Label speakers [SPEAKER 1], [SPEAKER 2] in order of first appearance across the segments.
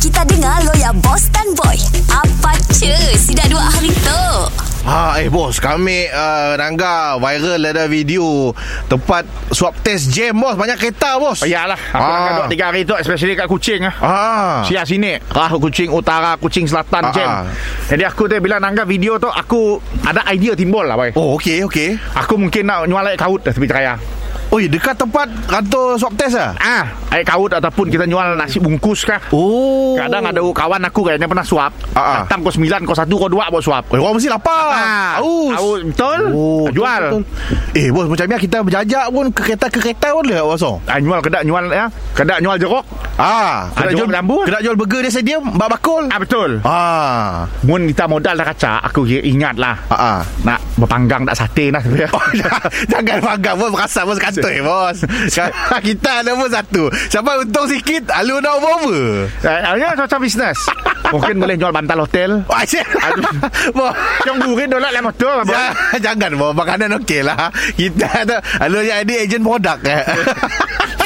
[SPEAKER 1] Kita dengar lo ya, boss dan boy. Apa cuy? Sudah dua hari tu.
[SPEAKER 2] Ha, eh bos, kami uh, Rangga viral ada video tempat swab test jam bos, banyak kereta bos.
[SPEAKER 3] Yalah Aku
[SPEAKER 2] Ah.
[SPEAKER 3] nak duduk tiga hari tu Especially kat Kuching lah
[SPEAKER 2] Ah.
[SPEAKER 3] Sia sini Lah Kuching Utara Kuching
[SPEAKER 2] Ah,
[SPEAKER 3] Selatan jam
[SPEAKER 2] ah.
[SPEAKER 3] Jadi aku tu Bila nanggap video tu Aku Ada idea timbul lah boy.
[SPEAKER 2] Oh, okey okey.
[SPEAKER 3] Aku mungkin nak nyual air kaut Dah tepi raya
[SPEAKER 2] Oi, dekat tempat kantor swab test ah.
[SPEAKER 3] Ah Air kaut ataupun Kita nyual nasi bungkus kah
[SPEAKER 2] Oh.
[SPEAKER 3] Kadang ada kawan aku Kayaknya pernah suap
[SPEAKER 2] Ah, ah.
[SPEAKER 3] Datang kau 9 Kau 1 kau 2 Buat suap
[SPEAKER 2] Oi, Eh, orang mesti lapar. Aus.
[SPEAKER 3] Ah, Aus, Betul
[SPEAKER 2] Oh, betul,
[SPEAKER 3] Jual
[SPEAKER 2] betul, betul. Eh bos, macam ni kita berjajak pun ke kereta-kereta pun dah bosong.
[SPEAKER 3] Ah, nyual kedak nyual ya. Kedak nyual jeruk.
[SPEAKER 2] Ah,
[SPEAKER 3] Ah, jual lambu.
[SPEAKER 2] Kedai jual burger dia sedia bak bakul.
[SPEAKER 3] Ah betul.
[SPEAKER 2] Ah.
[SPEAKER 3] Mun kita modal dah kaca, aku ingat lah.
[SPEAKER 2] Ah. ah.
[SPEAKER 3] Nak berpanggang nak sate lah sebenarnya.
[SPEAKER 2] Jangan bangga Bos berasap Bos kantoi Bos Sekarang Kita ada pun satu Siapa untung sikit Alu dah over
[SPEAKER 3] Eh, Hanya macam bisnes. Mungkin boleh jual bantal hotel.
[SPEAKER 2] Wah, asyik. Bos
[SPEAKER 3] Yang burin dolar lah motor. abang.
[SPEAKER 2] Ja- Jangan Bos Makanan okey lah Kita ada Alu yang ada Agent produk eh.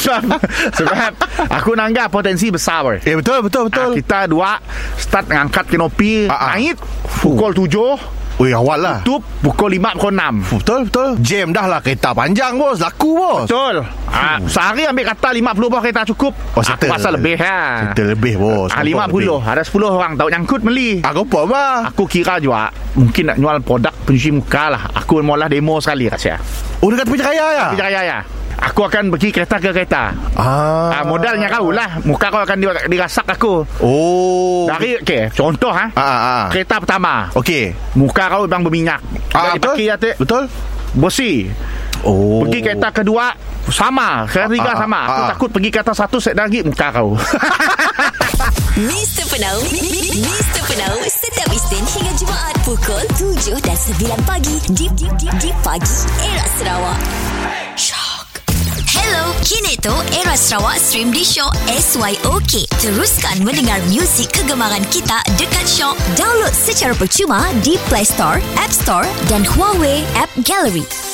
[SPEAKER 3] Sebab, sebab aku nanggap potensi besar. Boy.
[SPEAKER 2] Eh betul betul
[SPEAKER 3] Ah,
[SPEAKER 2] betul
[SPEAKER 3] kita dua start ngangkat kenopi
[SPEAKER 2] Ah, ah.
[SPEAKER 3] naik pukul tujuh
[SPEAKER 2] Ui awal lah
[SPEAKER 3] tutup pukul lima pukul enam.
[SPEAKER 2] Betul betul Jam dah lah Kereta panjang bos Laku bos
[SPEAKER 3] Betul. Ah, sehari ambil kata 50 buah kereta cukup.
[SPEAKER 2] Oh,
[SPEAKER 3] aku
[SPEAKER 2] settle. Oh,
[SPEAKER 3] rasa lebih ha.
[SPEAKER 2] Kita lebih bos Ah,
[SPEAKER 3] Ah, 50 Ada 10 orang tahu nyangkut beli
[SPEAKER 2] Aku pun bah
[SPEAKER 3] Aku kira juga Mungkin nak jual produk pencuci muka lah Aku maulah demo sekali kat saya
[SPEAKER 2] Oh dekat tepi raya ya
[SPEAKER 3] Pergi raya ya Aku akan pergi kereta ke kereta
[SPEAKER 2] Ah,
[SPEAKER 3] ah. Modalnya kau lah Muka kau akan di- dirasak aku
[SPEAKER 2] Oh
[SPEAKER 3] Dari okay, Contoh ha
[SPEAKER 2] Ah, ah, ah.
[SPEAKER 3] Kereta pertama
[SPEAKER 2] Okey
[SPEAKER 3] Muka kau bang berminyak
[SPEAKER 2] Ah,
[SPEAKER 3] Dari
[SPEAKER 2] betul?
[SPEAKER 3] pagi atik
[SPEAKER 2] Betul
[SPEAKER 3] Bosi
[SPEAKER 2] Oh
[SPEAKER 3] Pergi kereta kedua Sama Kereta tiga
[SPEAKER 2] ah,
[SPEAKER 3] sama
[SPEAKER 2] ah,
[SPEAKER 3] Aku
[SPEAKER 2] ah.
[SPEAKER 3] takut pergi kereta satu Set lagi muka kau
[SPEAKER 1] Mr. Penau, Mr. Penau, setiap Isnin hingga Jumaat pukul 7 dan 9 pagi di, di, di, di pagi era Sarawak. Shock. Hello, kini tu era Sarawak stream di Shock SYOK. Teruskan mendengar muzik kegemaran kita dekat Shock. Download secara percuma di Play Store, App Store dan Huawei App Gallery.